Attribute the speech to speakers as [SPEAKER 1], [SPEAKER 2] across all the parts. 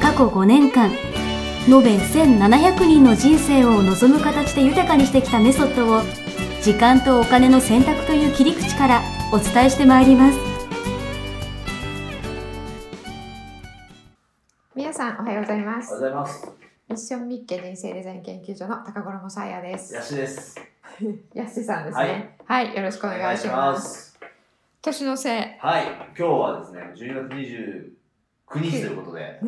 [SPEAKER 1] 過去5年間延べ1700人の人生を望む形で豊かにしてきたメソッドを時間とお金の選択という切り口からお伝えしてまいります
[SPEAKER 2] 皆さんおはようございま
[SPEAKER 3] おはよう
[SPEAKER 2] す
[SPEAKER 3] ございます。
[SPEAKER 2] ミッションミッケ人生デザイン研究所の高頃もさやです
[SPEAKER 3] ヤシです。
[SPEAKER 2] やすしさんですねはい、よろしくお願いします
[SPEAKER 3] す。
[SPEAKER 2] 年のせいね
[SPEAKER 3] はい、今日はですね、12月29日ということで、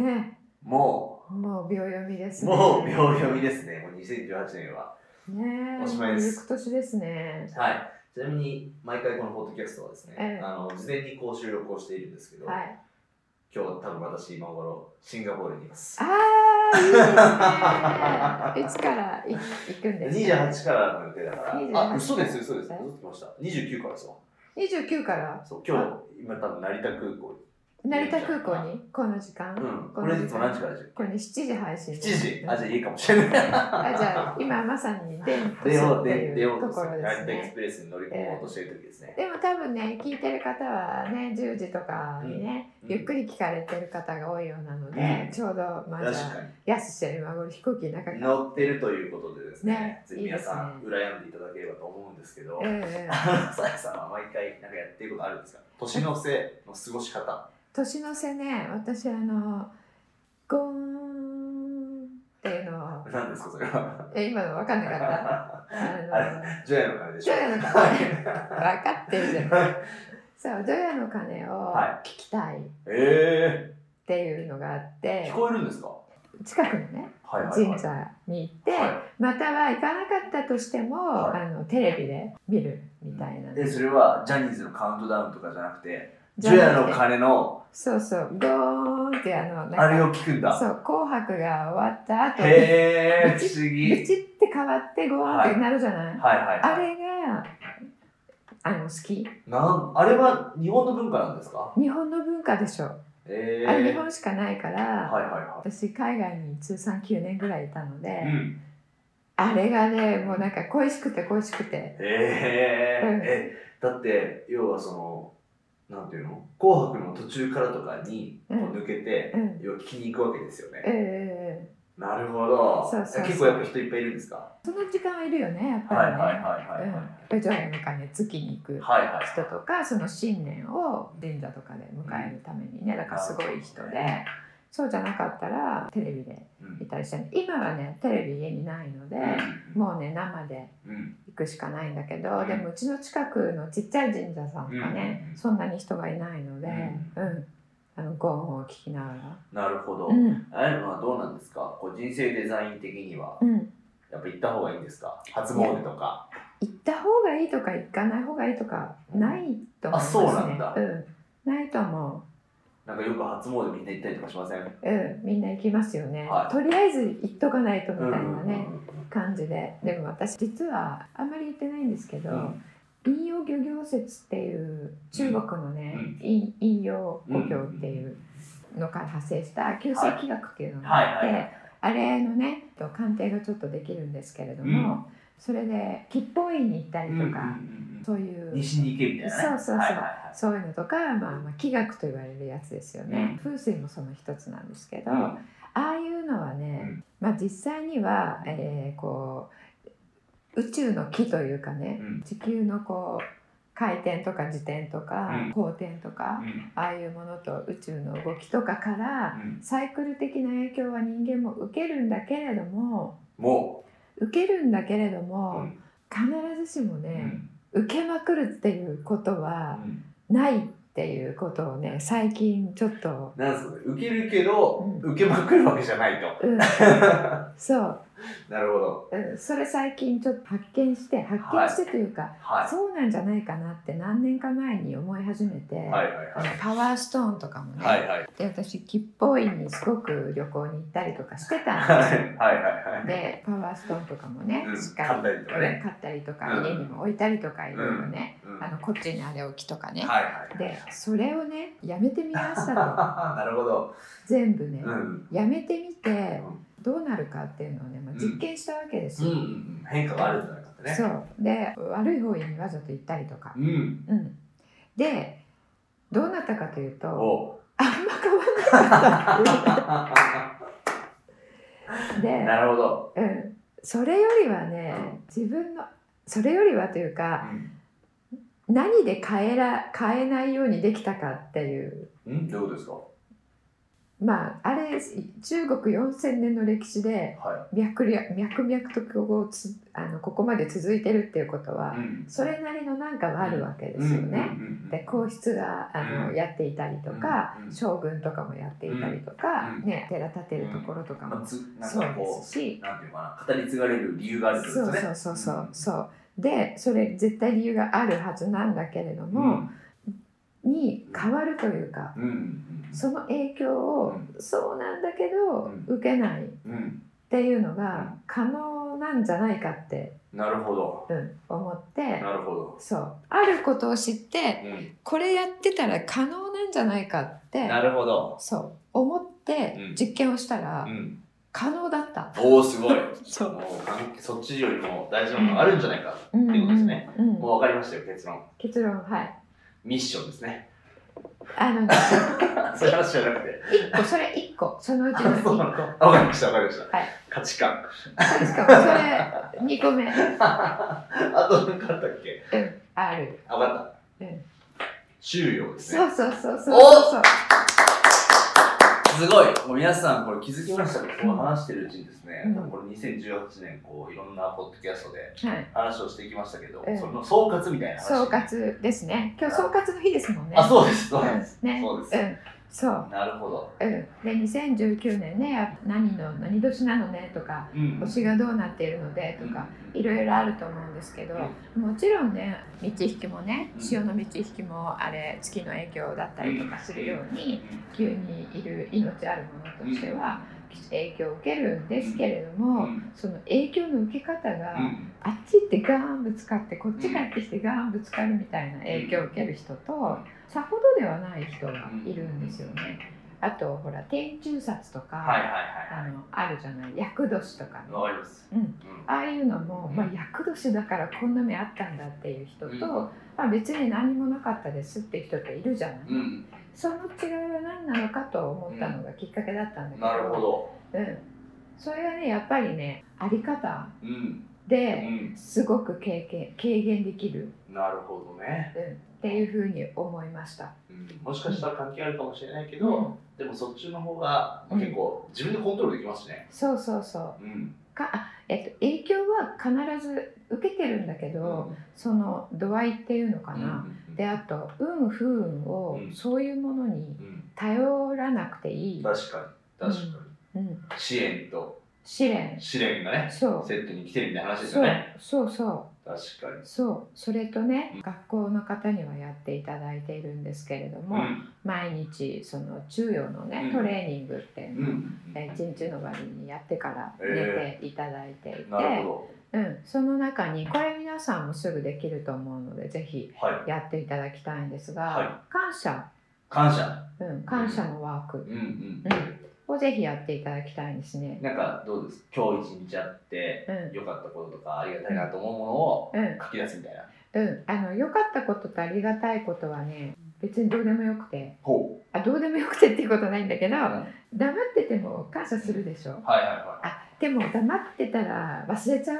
[SPEAKER 3] も
[SPEAKER 2] もう秒読みです
[SPEAKER 3] う、
[SPEAKER 2] ね
[SPEAKER 3] もう秒読みですね、もう2018年は。
[SPEAKER 2] ね
[SPEAKER 3] おしまいです
[SPEAKER 2] もう行く年ですね
[SPEAKER 3] はい。ちなみに、毎回このポッドキャストはですね、
[SPEAKER 2] ええ
[SPEAKER 3] あの事前にこう収録をしているんですけど、
[SPEAKER 2] はい
[SPEAKER 3] 今日多分私、今頃、シンガポールにいます。
[SPEAKER 2] あ ーいいですねいつからい行くんですか
[SPEAKER 3] 28からの予定だから、
[SPEAKER 2] 28
[SPEAKER 3] あ、嘘です、嘘です、
[SPEAKER 2] え
[SPEAKER 3] 嘘つきました。29からですよ。
[SPEAKER 2] 29から
[SPEAKER 3] そう、今日、今多分成田空港
[SPEAKER 2] 成田空港にこの時間、
[SPEAKER 3] うん、
[SPEAKER 2] こ
[SPEAKER 3] こ
[SPEAKER 2] の
[SPEAKER 3] れ
[SPEAKER 2] 時
[SPEAKER 3] いつも
[SPEAKER 2] 間
[SPEAKER 3] 何時からでし
[SPEAKER 2] これね7時配信
[SPEAKER 3] 7時あ、じゃあ家かもしれない。
[SPEAKER 2] あじゃあ今まさ に電波
[SPEAKER 3] 出よう、
[SPEAKER 2] って
[SPEAKER 3] 出出
[SPEAKER 2] い
[SPEAKER 3] よ
[SPEAKER 2] う
[SPEAKER 3] う
[SPEAKER 2] と
[SPEAKER 3] と
[SPEAKER 2] こ
[SPEAKER 3] す
[SPEAKER 2] ろ
[SPEAKER 3] る。
[SPEAKER 2] で
[SPEAKER 3] ラ
[SPEAKER 2] す
[SPEAKER 3] ンタエク
[SPEAKER 2] ね
[SPEAKER 3] スプレスに乗り込もうとしてる時ですね。
[SPEAKER 2] でも多分ね聞いてる方はね10時とかにね、
[SPEAKER 3] うん
[SPEAKER 2] ゆっくり聞かれてる方が多いようなので、
[SPEAKER 3] うん
[SPEAKER 2] ちょうどまあ
[SPEAKER 3] 確
[SPEAKER 2] じ
[SPEAKER 3] か
[SPEAKER 2] ゃあやすしは今頃飛行機の中
[SPEAKER 3] に。
[SPEAKER 2] から、
[SPEAKER 3] 乗ってるということでですね
[SPEAKER 2] ね、
[SPEAKER 3] ぜひ皆さん、羨んでいただければと思うんですけど、
[SPEAKER 2] ええ
[SPEAKER 3] さやさんは毎回なんかやってることあるんですか年の瀬の過ごし方。
[SPEAKER 2] 年の瀬ね私あのゴーンっていうのを
[SPEAKER 3] 何ですか、そ れは。
[SPEAKER 2] え今の分かんなかった
[SPEAKER 3] ジ
[SPEAKER 2] あ
[SPEAKER 3] ョヤの鐘でしょ
[SPEAKER 2] ジョヤの鐘の分かってるじゃん
[SPEAKER 3] はい
[SPEAKER 2] そう「ドヤの鐘」を
[SPEAKER 3] は
[SPEAKER 2] 聞きたいっ
[SPEAKER 3] え
[SPEAKER 2] ていうのがあっ
[SPEAKER 3] ー、
[SPEAKER 2] て
[SPEAKER 3] 聞、こえるんですか
[SPEAKER 2] 近くのね
[SPEAKER 3] はいはいはい。
[SPEAKER 2] 神社に行って、
[SPEAKER 3] は
[SPEAKER 2] または行かなかったとしても、
[SPEAKER 3] は
[SPEAKER 2] あのテレビで見るみたいな、
[SPEAKER 3] い。で、それはジャニーズのカウントダウンとかじゃなくて、ジ
[SPEAKER 2] じゃ
[SPEAKER 3] ョ
[SPEAKER 2] なくて
[SPEAKER 3] ヤの鐘の、
[SPEAKER 2] そうそうゴーンってあのなんか
[SPEAKER 3] あれを聞くんだ。
[SPEAKER 2] そう「紅白」が終わった後に
[SPEAKER 3] へえ、
[SPEAKER 2] ブチ
[SPEAKER 3] 不思
[SPEAKER 2] ブ
[SPEAKER 3] 議。
[SPEAKER 2] チって変わってゴーンってなるじゃない、
[SPEAKER 3] はいはいはい。
[SPEAKER 2] あれがあの好き
[SPEAKER 3] なんあれは日本の文化なんですか
[SPEAKER 2] 日本の文化でしょ、
[SPEAKER 3] ええ
[SPEAKER 2] あれ日本しかないから、
[SPEAKER 3] はいは
[SPEAKER 2] 私海外に通算9年ぐらいいたので、
[SPEAKER 3] いはい。うん。
[SPEAKER 2] あれがねもうなんか恋しくて恋しくて
[SPEAKER 3] ええ
[SPEAKER 2] うん
[SPEAKER 3] え、だって、要はその、なんていうの紅白の途中からとかに、こ
[SPEAKER 2] う
[SPEAKER 3] うん抜けて、
[SPEAKER 2] うん
[SPEAKER 3] 要は聞きに行くわけですよ
[SPEAKER 2] え
[SPEAKER 3] ね。
[SPEAKER 2] え
[SPEAKER 3] なるほど。
[SPEAKER 2] そうそうそう
[SPEAKER 3] 結構やっぱ人いっぱいいるんですか
[SPEAKER 2] その時間はいるよねやっぱり
[SPEAKER 3] はい
[SPEAKER 2] ね、
[SPEAKER 3] はいはいはい。はい
[SPEAKER 2] うん、ジョヤの鐘月に行く
[SPEAKER 3] はいはい。
[SPEAKER 2] 人とかその新年を神社とかで迎えるためにねだからすごい人でそうじゃなかったらテレビで
[SPEAKER 3] うん
[SPEAKER 2] 見たりしてね今はねテレビ家にないのでもうね生で
[SPEAKER 3] うん
[SPEAKER 2] 行くしかないんだけどでもうちの近くのちっちゃい神社さんがね
[SPEAKER 3] うん
[SPEAKER 2] そんなに人がいないのでうんあのゴーンを聞きながら。
[SPEAKER 3] なるほど。
[SPEAKER 2] うん
[SPEAKER 3] あれはどうなんですかこう人生デザイン的には、
[SPEAKER 2] うん
[SPEAKER 3] やっぱ行った方がいいんですか初詣とか。
[SPEAKER 2] 行った方がいいとか行かない方がいいとかないと思いますね。
[SPEAKER 3] あそうなんだ
[SPEAKER 2] うん、ないと思う。
[SPEAKER 3] なんかよく初詣みんな行ったりとかしませんはい
[SPEAKER 2] うん、みんな行きますよね、
[SPEAKER 3] はい
[SPEAKER 2] とりあえず行っとかないとみたいなね、
[SPEAKER 3] うん
[SPEAKER 2] 感じででも私実はあんまり行ってないんですけど、
[SPEAKER 3] うん
[SPEAKER 2] 陰陽漁業説っていう中国のね、
[SPEAKER 3] うん
[SPEAKER 2] 陰陰陽五行っていうのから派生した九星気学っていうのがあって、
[SPEAKER 3] はいはいはい
[SPEAKER 2] あれのねと鑑定がちょっとできるんですけれども、
[SPEAKER 3] う
[SPEAKER 2] それで吉報院に行ったりと
[SPEAKER 3] うんうんうん
[SPEAKER 2] か、
[SPEAKER 3] うん
[SPEAKER 2] そういう
[SPEAKER 3] 西に行けみたいな
[SPEAKER 2] そ
[SPEAKER 3] ね
[SPEAKER 2] うそうそう
[SPEAKER 3] はいはいはい
[SPEAKER 2] そういうのとか、まあ、まあ気学と言われるやつですよね、風水もその一つなんですけど、ああいうのはね、
[SPEAKER 3] うん
[SPEAKER 2] まあ、実際には、えーこう宇宙の気というかね
[SPEAKER 3] うん
[SPEAKER 2] 地球のこう回転とか自転とか
[SPEAKER 3] うん
[SPEAKER 2] 公転とか、
[SPEAKER 3] うん
[SPEAKER 2] ああいうものと宇宙の動きとかから
[SPEAKER 3] うん
[SPEAKER 2] サイクル的な影響は人間も受けるんだけれども
[SPEAKER 3] も
[SPEAKER 2] 受けるんだけれど
[SPEAKER 3] う
[SPEAKER 2] も、
[SPEAKER 3] うん
[SPEAKER 2] 必ずしも
[SPEAKER 3] う
[SPEAKER 2] ね、
[SPEAKER 3] ん
[SPEAKER 2] 受けまくるっていうことは
[SPEAKER 3] うん
[SPEAKER 2] ないっていうことをね最近ちょっと、
[SPEAKER 3] なんすかね、受けるけど、
[SPEAKER 2] う
[SPEAKER 3] 受けまくるわけじゃないと。
[SPEAKER 2] うん、そう、
[SPEAKER 3] なるほど。
[SPEAKER 2] うんそれ最近ちょっと発見して発見してというか、
[SPEAKER 3] は
[SPEAKER 2] そうなんじゃないかなって何年か前に思い始めて、
[SPEAKER 3] い。はいはい
[SPEAKER 2] あの
[SPEAKER 3] は
[SPEAKER 2] パワーストーンとかもね、
[SPEAKER 3] い。はいはい。
[SPEAKER 2] で私吉報院にすごく旅行に行ったりとかしてたんです
[SPEAKER 3] は
[SPEAKER 2] よ
[SPEAKER 3] いはいはい。
[SPEAKER 2] でパワーストーンとかもね、
[SPEAKER 3] うん
[SPEAKER 2] しっか
[SPEAKER 3] 買ったりとかね
[SPEAKER 2] 買ったりとか、
[SPEAKER 3] うん
[SPEAKER 2] 家にも置いたりとかいろいろね、
[SPEAKER 3] うん
[SPEAKER 2] あのこっちにあれ置きとかね、
[SPEAKER 3] はいはい。
[SPEAKER 2] でそれをねやめてみましたと
[SPEAKER 3] なるほど。
[SPEAKER 2] 全部ね、
[SPEAKER 3] うん。
[SPEAKER 2] やめてみて
[SPEAKER 3] うん
[SPEAKER 2] どうなるかっていうのをね、まあ、
[SPEAKER 3] うん
[SPEAKER 2] 実験したわけです
[SPEAKER 3] うんう
[SPEAKER 2] よ。
[SPEAKER 3] んうん。変化があるんじゃないかってね。。
[SPEAKER 2] そううで悪い方にわざと行ったりとか、
[SPEAKER 3] ん。
[SPEAKER 2] うん、でどうなったかというと
[SPEAKER 3] おう。
[SPEAKER 2] あんま変わらなかったっていう
[SPEAKER 3] な
[SPEAKER 2] で、
[SPEAKER 3] るほど。
[SPEAKER 2] うん、それよりはね、自分のそれよりはというか何で変えら変えないようにできたかっていう
[SPEAKER 3] うん。どういうことですか。
[SPEAKER 2] まああれ中国4,000年の歴史で
[SPEAKER 3] は
[SPEAKER 2] 脈々脈々とこうつあのここまで続いてるっていうことは、
[SPEAKER 3] い。うん。
[SPEAKER 2] それなりのなんかはあるわけで
[SPEAKER 3] うん
[SPEAKER 2] す
[SPEAKER 3] う
[SPEAKER 2] よ
[SPEAKER 3] ん
[SPEAKER 2] ね。
[SPEAKER 3] うん。
[SPEAKER 2] で皇室があの、
[SPEAKER 3] うん
[SPEAKER 2] やっていたりとか、
[SPEAKER 3] うんうん
[SPEAKER 2] 将軍とかもやっていたりとか、
[SPEAKER 3] うん
[SPEAKER 2] ね、寺建てるところとか
[SPEAKER 3] ま
[SPEAKER 2] も
[SPEAKER 3] あ、つ、なん
[SPEAKER 2] そう
[SPEAKER 3] か
[SPEAKER 2] で
[SPEAKER 3] こ
[SPEAKER 2] すし
[SPEAKER 3] う、。なんていうのかな、語り継がれる理由があるってこと
[SPEAKER 2] そう
[SPEAKER 3] です
[SPEAKER 2] そ
[SPEAKER 3] ね。
[SPEAKER 2] うそうそうそうでそれ絶対理由があるはずなんだけれど
[SPEAKER 3] う
[SPEAKER 2] も、
[SPEAKER 3] ん。
[SPEAKER 2] に変わるというか
[SPEAKER 3] うん。うん。
[SPEAKER 2] その影響を、そうなんだけど、
[SPEAKER 3] う
[SPEAKER 2] 受けないっ
[SPEAKER 3] うん。
[SPEAKER 2] ていうの
[SPEAKER 3] うん
[SPEAKER 2] が可能なんじゃないかって、
[SPEAKER 3] なるほど。
[SPEAKER 2] うん、思って
[SPEAKER 3] なるほど。
[SPEAKER 2] そうあることを知って
[SPEAKER 3] うん。
[SPEAKER 2] これやってたら可能なんじゃないかって
[SPEAKER 3] なるほど。
[SPEAKER 2] そう思って
[SPEAKER 3] うん
[SPEAKER 2] 実験をしたら
[SPEAKER 3] うん。
[SPEAKER 2] 可能だった。
[SPEAKER 3] おお、すごい。
[SPEAKER 2] そ
[SPEAKER 3] もう関係そっちよりも大事なものがあるんじゃないか。
[SPEAKER 2] うん
[SPEAKER 3] ってことですね
[SPEAKER 2] うんうん
[SPEAKER 3] もうわかりましたよ、結論。
[SPEAKER 2] 結論はい。
[SPEAKER 3] ミッションですね。
[SPEAKER 2] あのね
[SPEAKER 3] それは知らなくて。
[SPEAKER 2] 一個そ れ一個 そのうちの一個。
[SPEAKER 3] そうなあわかりました、わかりました。
[SPEAKER 2] はい
[SPEAKER 3] 価値観。
[SPEAKER 2] しかもそれ二個目。うん
[SPEAKER 3] あと何かあったっけ
[SPEAKER 2] ある。
[SPEAKER 3] あ、わかった
[SPEAKER 2] うん。
[SPEAKER 3] 終了です
[SPEAKER 2] そ
[SPEAKER 3] ね。
[SPEAKER 2] うそうそうそう
[SPEAKER 3] お
[SPEAKER 2] そう。
[SPEAKER 3] すごいもう皆さん、これ気づきましたかこう話してるうちにですね、
[SPEAKER 2] うん
[SPEAKER 3] これ2018年、こう、いろんなポッドキャストで
[SPEAKER 2] はい。
[SPEAKER 3] 話をしていきましたけど、
[SPEAKER 2] うん
[SPEAKER 3] その総括みたいな話。
[SPEAKER 2] 総。括ですね。今日総括の日ですもんね。
[SPEAKER 3] あ、そうです、そう
[SPEAKER 2] うん
[SPEAKER 3] です。
[SPEAKER 2] ね。
[SPEAKER 3] そうです
[SPEAKER 2] ん。そう。
[SPEAKER 3] なるほど。
[SPEAKER 2] うん。で2019年ねやっぱ何の何年なのねとか
[SPEAKER 3] うん
[SPEAKER 2] 星がどうなっているのでとか。いろいろあると思うんですけど、もちろんね道引きもね
[SPEAKER 3] うん
[SPEAKER 2] 潮の満ち引きもあれ月の影響だったりとかするよう
[SPEAKER 3] うん
[SPEAKER 2] に急にいる命あるものとしては、影響を受けるんですけれど
[SPEAKER 3] う
[SPEAKER 2] も、
[SPEAKER 3] ん
[SPEAKER 2] その影響の受け方が、
[SPEAKER 3] うん
[SPEAKER 2] あっち行ってガーンぶつかってこっち帰ってきてガーンぶつかるみたいな影響を受ける人とさほどではない人がいるんですよね。あとほら天中殺とか、
[SPEAKER 3] はいはいは
[SPEAKER 2] あのあるじゃない厄年とかね
[SPEAKER 3] い。わかります。
[SPEAKER 2] うん
[SPEAKER 3] うん
[SPEAKER 2] ああいうのも、
[SPEAKER 3] うん
[SPEAKER 2] まあ、厄年だからこんな目あったんだっていう人と、
[SPEAKER 3] うん
[SPEAKER 2] まあ、別に何もなかったですっていう人っているじゃない、
[SPEAKER 3] うん、
[SPEAKER 2] その違いは何なのかと思ったのがきっかけだったんだけど,、
[SPEAKER 3] なるほど。
[SPEAKER 2] うん、それはねやっぱりねあり方
[SPEAKER 3] うん、う
[SPEAKER 2] で
[SPEAKER 3] ん、
[SPEAKER 2] すごく経験軽減できる、
[SPEAKER 3] なるほどね、
[SPEAKER 2] うん、っていうふうに思いました。
[SPEAKER 3] うん。もしかしたら関係あるかもしれないけど、でもそっちの方が
[SPEAKER 2] うん
[SPEAKER 3] 結構自分でコントロールできますしね。
[SPEAKER 2] そうそうそう
[SPEAKER 3] うん。
[SPEAKER 2] かあえっと、影響は必ず受けてるんだけど、その度合いっていうのか
[SPEAKER 3] う
[SPEAKER 2] な、
[SPEAKER 3] ん
[SPEAKER 2] であと運不運を
[SPEAKER 3] うん
[SPEAKER 2] そういうものに
[SPEAKER 3] うん、
[SPEAKER 2] 頼らなくていい、
[SPEAKER 3] 確かに、確か
[SPEAKER 2] う
[SPEAKER 3] に。
[SPEAKER 2] ん、
[SPEAKER 3] 支援と
[SPEAKER 2] 試練
[SPEAKER 3] 試練がね、
[SPEAKER 2] そう
[SPEAKER 3] セットに来てるみたいな話です
[SPEAKER 2] そ
[SPEAKER 3] よ
[SPEAKER 2] う
[SPEAKER 3] ね。
[SPEAKER 2] そうそう
[SPEAKER 3] 確かに。
[SPEAKER 2] そうそれとね、学校の方にはやっていただいているんですけれども、
[SPEAKER 3] うん、
[SPEAKER 2] 毎日その昼夜のね、
[SPEAKER 3] うん
[SPEAKER 2] トレーニングっていう
[SPEAKER 3] う
[SPEAKER 2] のを、
[SPEAKER 3] ん、
[SPEAKER 2] えー一日の割にやってから
[SPEAKER 3] え
[SPEAKER 2] 寝ていただいていて、
[SPEAKER 3] なるほ
[SPEAKER 2] うん、その中にこれ皆さんもすぐできると思うのでぜひ
[SPEAKER 3] ど。はい。
[SPEAKER 2] やっていただきたいんですが、
[SPEAKER 3] はい
[SPEAKER 2] 感謝、
[SPEAKER 3] 感謝。
[SPEAKER 2] うん、感謝のワーク、
[SPEAKER 3] うん、うん。
[SPEAKER 2] をぜひやっていただきたいんですね。
[SPEAKER 3] なんかどうです今日一日あって
[SPEAKER 2] うん、
[SPEAKER 3] 良かったこととかありがたいなと思うものを
[SPEAKER 2] うん、
[SPEAKER 3] 書き出すみたいな。
[SPEAKER 2] うん、あの良かったこととありがたいことはね、別にどうでもよくて、
[SPEAKER 3] ほう。
[SPEAKER 2] あどうでもよくてっていうことないんだけど、
[SPEAKER 3] はい
[SPEAKER 2] 黙ってても感謝するでしょ。
[SPEAKER 3] はいは
[SPEAKER 2] あ、でも黙ってたら忘れちゃう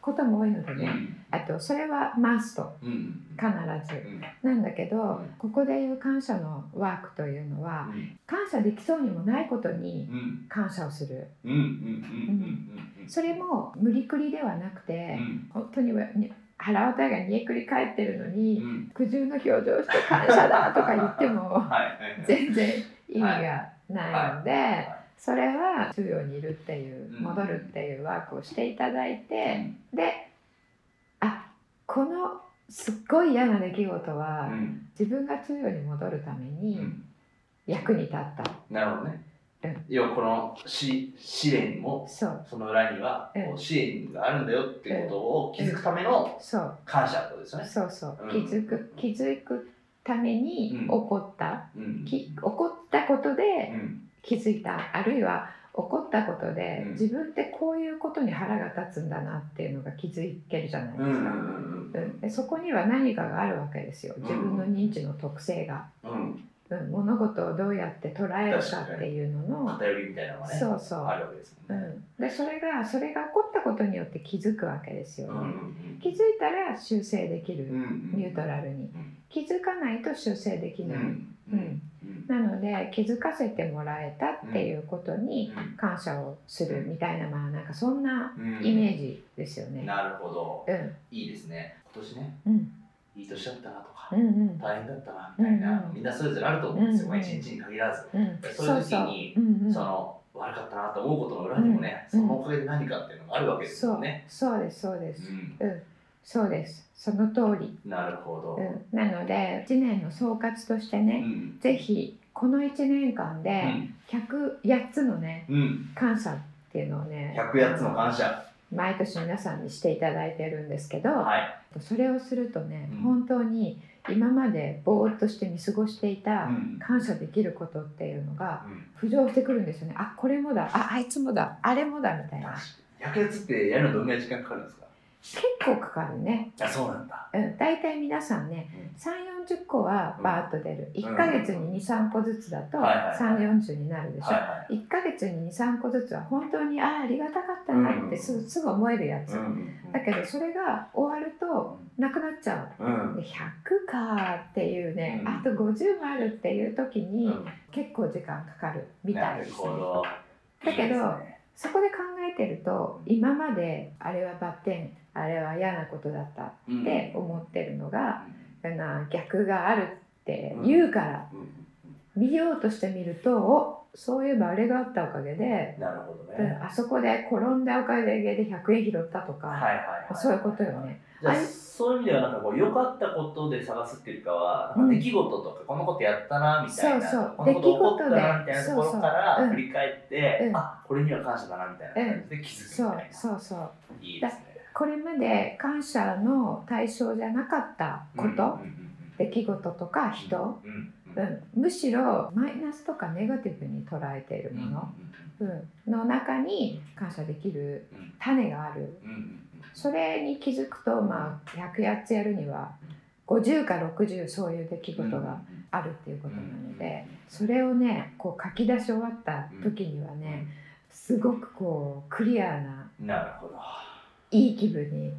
[SPEAKER 2] ことも多いので
[SPEAKER 3] い。う
[SPEAKER 2] ね。
[SPEAKER 3] ん
[SPEAKER 2] あとそれはマスト
[SPEAKER 3] うんうん
[SPEAKER 2] 必ず
[SPEAKER 3] うん
[SPEAKER 2] なんだけど
[SPEAKER 3] うん、
[SPEAKER 2] ここでいう感謝のワークというのは、
[SPEAKER 3] うん
[SPEAKER 2] 感謝できそうにもないことに
[SPEAKER 3] うん
[SPEAKER 2] 感謝をする。
[SPEAKER 3] うんうんうんうんうんうん
[SPEAKER 2] それも無理くりではなくて。
[SPEAKER 3] うん
[SPEAKER 2] 本当にわに腹渡りが煮えくり返ってるのに
[SPEAKER 3] うん
[SPEAKER 2] 苦渋の表情して感謝だとか言っても
[SPEAKER 3] はいはいはい
[SPEAKER 2] 全然意味がないので、
[SPEAKER 3] い
[SPEAKER 2] それは通用にいるっていう、
[SPEAKER 3] うん
[SPEAKER 2] 戻るっていうワークをしていただいて、
[SPEAKER 3] う
[SPEAKER 2] であこのすっごい嫌な出来事は、
[SPEAKER 3] ん
[SPEAKER 2] 自分が通用に戻るため
[SPEAKER 3] う
[SPEAKER 2] に
[SPEAKER 3] ん
[SPEAKER 2] 役に立った、
[SPEAKER 3] なるほどね
[SPEAKER 2] うん
[SPEAKER 3] 要はこのし試練も
[SPEAKER 2] そう
[SPEAKER 3] その裏には
[SPEAKER 2] うん
[SPEAKER 3] こう支援があるんだよっていうことを気づくための
[SPEAKER 2] そう
[SPEAKER 3] 感謝ってことですよね
[SPEAKER 2] そうそう、
[SPEAKER 3] うん
[SPEAKER 2] 気づく気づくために
[SPEAKER 3] うん
[SPEAKER 2] 起こった、
[SPEAKER 3] うん
[SPEAKER 2] き起こったこと
[SPEAKER 3] う
[SPEAKER 2] で
[SPEAKER 3] ん
[SPEAKER 2] 気づいたあるいは起こったことで、
[SPEAKER 3] うん
[SPEAKER 2] 自分ってこういうことに腹が立つんだなっていうのが気づけるじゃないで
[SPEAKER 3] う
[SPEAKER 2] す
[SPEAKER 3] んう
[SPEAKER 2] か。
[SPEAKER 3] ん
[SPEAKER 2] うんでそこには何かがあるわけですよ
[SPEAKER 3] ん
[SPEAKER 2] 自分の認知の特性が、
[SPEAKER 3] うんうん
[SPEAKER 2] うん、物事をどうやって捉えるかっていうのの、
[SPEAKER 3] 偏りみたいなのがね
[SPEAKER 2] そうそう、
[SPEAKER 3] あるわけです
[SPEAKER 2] う
[SPEAKER 3] もんね
[SPEAKER 2] ん、でそれがそれが起こったことによって気づくわけですよ
[SPEAKER 3] う
[SPEAKER 2] ね、
[SPEAKER 3] ん
[SPEAKER 2] 気づいたら修正でき
[SPEAKER 3] うんうん
[SPEAKER 2] る、
[SPEAKER 3] うん
[SPEAKER 2] ニュートラルに
[SPEAKER 3] うん
[SPEAKER 2] 気づかないと修正でき
[SPEAKER 3] うん
[SPEAKER 2] ない、
[SPEAKER 3] うんうん
[SPEAKER 2] なので気づかせてもらえたっていうことに
[SPEAKER 3] うん
[SPEAKER 2] 感謝をするみたいなまあなんかそんな
[SPEAKER 3] うん
[SPEAKER 2] イメージですよね、
[SPEAKER 3] なるほど
[SPEAKER 2] うん
[SPEAKER 3] いいですね今年ね
[SPEAKER 2] うん
[SPEAKER 3] いい年だったなとか
[SPEAKER 2] うんうん
[SPEAKER 3] 大変だったなみたいな、
[SPEAKER 2] うん
[SPEAKER 3] みんなそれぞれあると思うんですよ、
[SPEAKER 2] うん
[SPEAKER 3] まあ、一日に限らず、
[SPEAKER 2] うん
[SPEAKER 3] そういう時に
[SPEAKER 2] そうそううんうん
[SPEAKER 3] その悪かったなと思うことの裏にもね、
[SPEAKER 2] うん
[SPEAKER 3] そのおかげで何かっていうのがあるわけです
[SPEAKER 2] そ
[SPEAKER 3] よ
[SPEAKER 2] う
[SPEAKER 3] ね、
[SPEAKER 2] そうですそうで
[SPEAKER 3] う
[SPEAKER 2] す、
[SPEAKER 3] ん、
[SPEAKER 2] そうですその通り、
[SPEAKER 3] なるほど、
[SPEAKER 2] うん、なので1年の総括として
[SPEAKER 3] う
[SPEAKER 2] ね、
[SPEAKER 3] ん
[SPEAKER 2] ぜひこの1年間
[SPEAKER 3] う
[SPEAKER 2] で
[SPEAKER 3] ん
[SPEAKER 2] 108つのね
[SPEAKER 3] うん、
[SPEAKER 2] 感謝っていうのをね
[SPEAKER 3] 108つの感謝
[SPEAKER 2] 毎年皆さんにしていただいてるんですけど、
[SPEAKER 3] はい、
[SPEAKER 2] それをするとね、
[SPEAKER 3] うん
[SPEAKER 2] 本当に今までぼーっとして見過ごしていうた
[SPEAKER 3] ん
[SPEAKER 2] 感謝できることっていうのが
[SPEAKER 3] うん、
[SPEAKER 2] 浮上してくるんですよねあこれもだああいつもだあれもだみたいな
[SPEAKER 3] 108つってやるのどんぐらい時間かかるんですか
[SPEAKER 2] 結構かかるね
[SPEAKER 3] あそうなんだ
[SPEAKER 2] うん、大体皆さんね、3 4 0個はバーッと出る、1ヶ月に23個ずつだと
[SPEAKER 3] はいはいはい
[SPEAKER 2] 3 4 0になるでしょ、
[SPEAKER 3] はいは
[SPEAKER 2] 1ヶ月に23個ずつは本当にああありがたかったなってすぐ,、すぐ思えるや
[SPEAKER 3] い
[SPEAKER 2] つ、
[SPEAKER 3] ん
[SPEAKER 2] だけどそれが終わるとなくなっちゃ
[SPEAKER 3] うん
[SPEAKER 2] うで100かーっていうね、
[SPEAKER 3] うん
[SPEAKER 2] あと50もあるっていう時に、
[SPEAKER 3] うん
[SPEAKER 2] 結構時間かかるみたい
[SPEAKER 3] な
[SPEAKER 2] で
[SPEAKER 3] る
[SPEAKER 2] す、
[SPEAKER 3] ほど
[SPEAKER 2] だけど
[SPEAKER 3] いいですね
[SPEAKER 2] そこで考えてると今まであれはバッテンあれは嫌なことだった
[SPEAKER 3] うん
[SPEAKER 2] って思ってるのが、
[SPEAKER 3] う
[SPEAKER 2] な逆があるって言うから、
[SPEAKER 3] んうん
[SPEAKER 2] 見ようとしてみるとおそういえばあれがあったおかげで、
[SPEAKER 3] なるほど
[SPEAKER 2] う
[SPEAKER 3] ね
[SPEAKER 2] んあそこで転んだおかげで100円拾ったとか、
[SPEAKER 3] はいはいはい
[SPEAKER 2] そういうことよね。
[SPEAKER 3] じゃあ
[SPEAKER 2] あれ
[SPEAKER 3] そういう意味ではなんかこう良かったことで探すっていうかは、
[SPEAKER 2] うん
[SPEAKER 3] 出来事とかこのことやったなみたいな
[SPEAKER 2] そうそう
[SPEAKER 3] このこと起こった
[SPEAKER 2] 出来事
[SPEAKER 3] な
[SPEAKER 2] で
[SPEAKER 3] みたいなところか
[SPEAKER 2] そう
[SPEAKER 3] ら
[SPEAKER 2] そう
[SPEAKER 3] 振り返って、
[SPEAKER 2] うん
[SPEAKER 3] あこれには感謝だなみたいな感じで気づく
[SPEAKER 2] そ
[SPEAKER 3] み
[SPEAKER 2] う
[SPEAKER 3] たいな、
[SPEAKER 2] そうそう
[SPEAKER 3] いいですね
[SPEAKER 2] これまで感謝の対象じゃなかったこと、
[SPEAKER 3] うんうん
[SPEAKER 2] 出来事とか人、
[SPEAKER 3] うんうんうん
[SPEAKER 2] うんむしろマイナスとかネガティブに捉えている
[SPEAKER 3] うんうんうん
[SPEAKER 2] もの、うんの中に感謝できる種がある
[SPEAKER 3] うんうんうん
[SPEAKER 2] それに気づくと、まあ、108つやるには50か60そういう出来事があるっていうことなので、それをねこう書き出し終わった時にはね、すごくこうクリアな
[SPEAKER 3] うんなるほど
[SPEAKER 2] いい気分に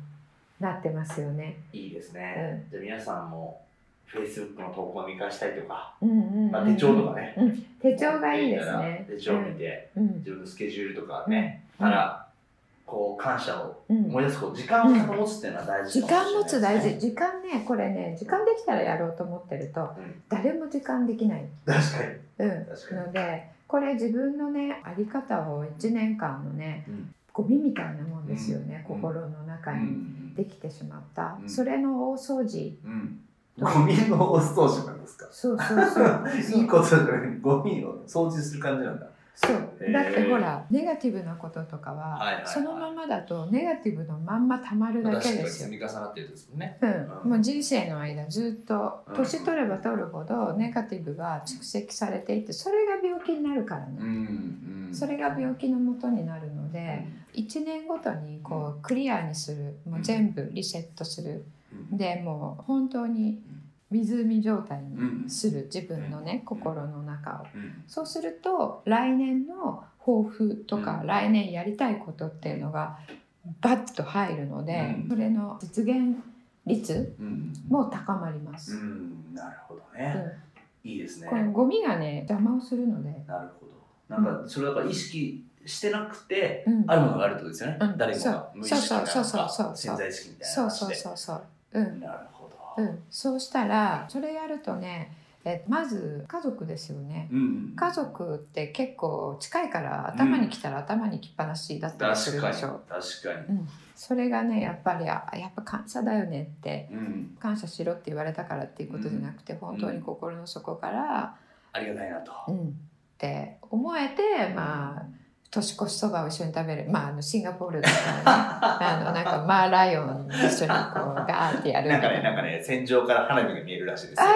[SPEAKER 2] なってますよね。
[SPEAKER 3] いいですね、じゃあ皆さんも Facebook の投稿を見返したいとか、
[SPEAKER 2] うんうんうん
[SPEAKER 3] まあ、手帳とかね、
[SPEAKER 2] 手帳がいいですね。
[SPEAKER 3] 手帳見て
[SPEAKER 2] うんうん
[SPEAKER 3] 自分のスケジュールとかね、からこう感謝を
[SPEAKER 2] うん
[SPEAKER 3] 思い出すこと時間を持つっていうのは大事
[SPEAKER 2] 時
[SPEAKER 3] かも
[SPEAKER 2] 間
[SPEAKER 3] しれない
[SPEAKER 2] 持
[SPEAKER 3] で
[SPEAKER 2] つ
[SPEAKER 3] すね
[SPEAKER 2] 大事時間ねこれね時間できたらやろうと思ってると
[SPEAKER 3] うん
[SPEAKER 2] 誰も時間できない、
[SPEAKER 3] 確かに
[SPEAKER 2] うん、
[SPEAKER 3] 確か
[SPEAKER 2] のでこれ自分のねあり方を1年間のね
[SPEAKER 3] に、うん
[SPEAKER 2] ゴミみたいなもんですよね、
[SPEAKER 3] うん
[SPEAKER 2] 心の中
[SPEAKER 3] う
[SPEAKER 2] に
[SPEAKER 3] ん
[SPEAKER 2] できてしまった、
[SPEAKER 3] うん
[SPEAKER 2] それの大掃除
[SPEAKER 3] うんゴミの大掃除なんですか
[SPEAKER 2] そうそうそう
[SPEAKER 3] いいことじゃないゴミを掃除する感じなんだ
[SPEAKER 2] そう
[SPEAKER 3] へー
[SPEAKER 2] だってほらネガティブなこととかは,、
[SPEAKER 3] はいはいはい
[SPEAKER 2] そのままだとネガティブのまんまたまるだけですよ
[SPEAKER 3] み重なってるんですもんね
[SPEAKER 2] う、
[SPEAKER 3] うんん
[SPEAKER 2] もう人生の間ずっと
[SPEAKER 3] うん
[SPEAKER 2] 年取れば取るほどネガティブが蓄積されていってそれが病気になるから
[SPEAKER 3] う
[SPEAKER 2] ね、
[SPEAKER 3] んうん
[SPEAKER 2] それが病気のもとになるの
[SPEAKER 3] う
[SPEAKER 2] で
[SPEAKER 3] ん
[SPEAKER 2] 1年ごとにこうクリアにするもう全部リセットするでもう本当に湖状態にする自分のね心の中を
[SPEAKER 3] うん
[SPEAKER 2] そうすると来年の抱負とか
[SPEAKER 3] うん
[SPEAKER 2] 来年やりたいことっていうのがバッと入るので
[SPEAKER 3] うん
[SPEAKER 2] それの実現率
[SPEAKER 3] うん
[SPEAKER 2] もう高まります。
[SPEAKER 3] う
[SPEAKER 2] うん
[SPEAKER 3] んなるほどねいいですね
[SPEAKER 2] このゴミがね邪魔をするので、
[SPEAKER 3] なるほどなんかそれだから意識してなくて、
[SPEAKER 2] うん
[SPEAKER 3] あるものがあるってことですよね、
[SPEAKER 2] うん
[SPEAKER 3] 誰もが
[SPEAKER 2] そう
[SPEAKER 3] 無意識なの
[SPEAKER 2] そうそうそうそ
[SPEAKER 3] か
[SPEAKER 2] うそう
[SPEAKER 3] 潜在意識みたいな
[SPEAKER 2] そう
[SPEAKER 3] 話で
[SPEAKER 2] そうそうそううん
[SPEAKER 3] なるほ
[SPEAKER 2] う
[SPEAKER 3] ど、
[SPEAKER 2] んそうしたらそれやるとねえまず家族ですよね
[SPEAKER 3] うんうん、
[SPEAKER 2] 家族って結構近いから頭に来たら頭に来っぱなしだったりす
[SPEAKER 3] 確
[SPEAKER 2] る
[SPEAKER 3] か
[SPEAKER 2] で
[SPEAKER 3] に
[SPEAKER 2] しょ
[SPEAKER 3] 確か
[SPEAKER 2] それがねやっぱりあやっぱ感謝だよねって
[SPEAKER 3] に、うん、
[SPEAKER 2] 感謝しろって言われたからっていうことじゃなくて、本当に心の底から、
[SPEAKER 3] ありがたいなと、
[SPEAKER 2] うんって思えて、まあ、年越しそばを一緒に食べる、まあ、あのシンガポールだからねあ のなんかマーライオン一緒にこうガーってやるみ
[SPEAKER 3] なんか
[SPEAKER 2] た
[SPEAKER 3] ね
[SPEAKER 2] い
[SPEAKER 3] なんかね戦場から花火が見えるらしいですよ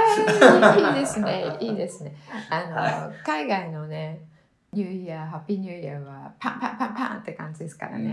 [SPEAKER 2] あーいいです ねいいですねあの、
[SPEAKER 3] は
[SPEAKER 2] 海外のねニューイヤーハッピーニューイヤーはパンパンパンパンって感じですから
[SPEAKER 3] うん
[SPEAKER 2] ね、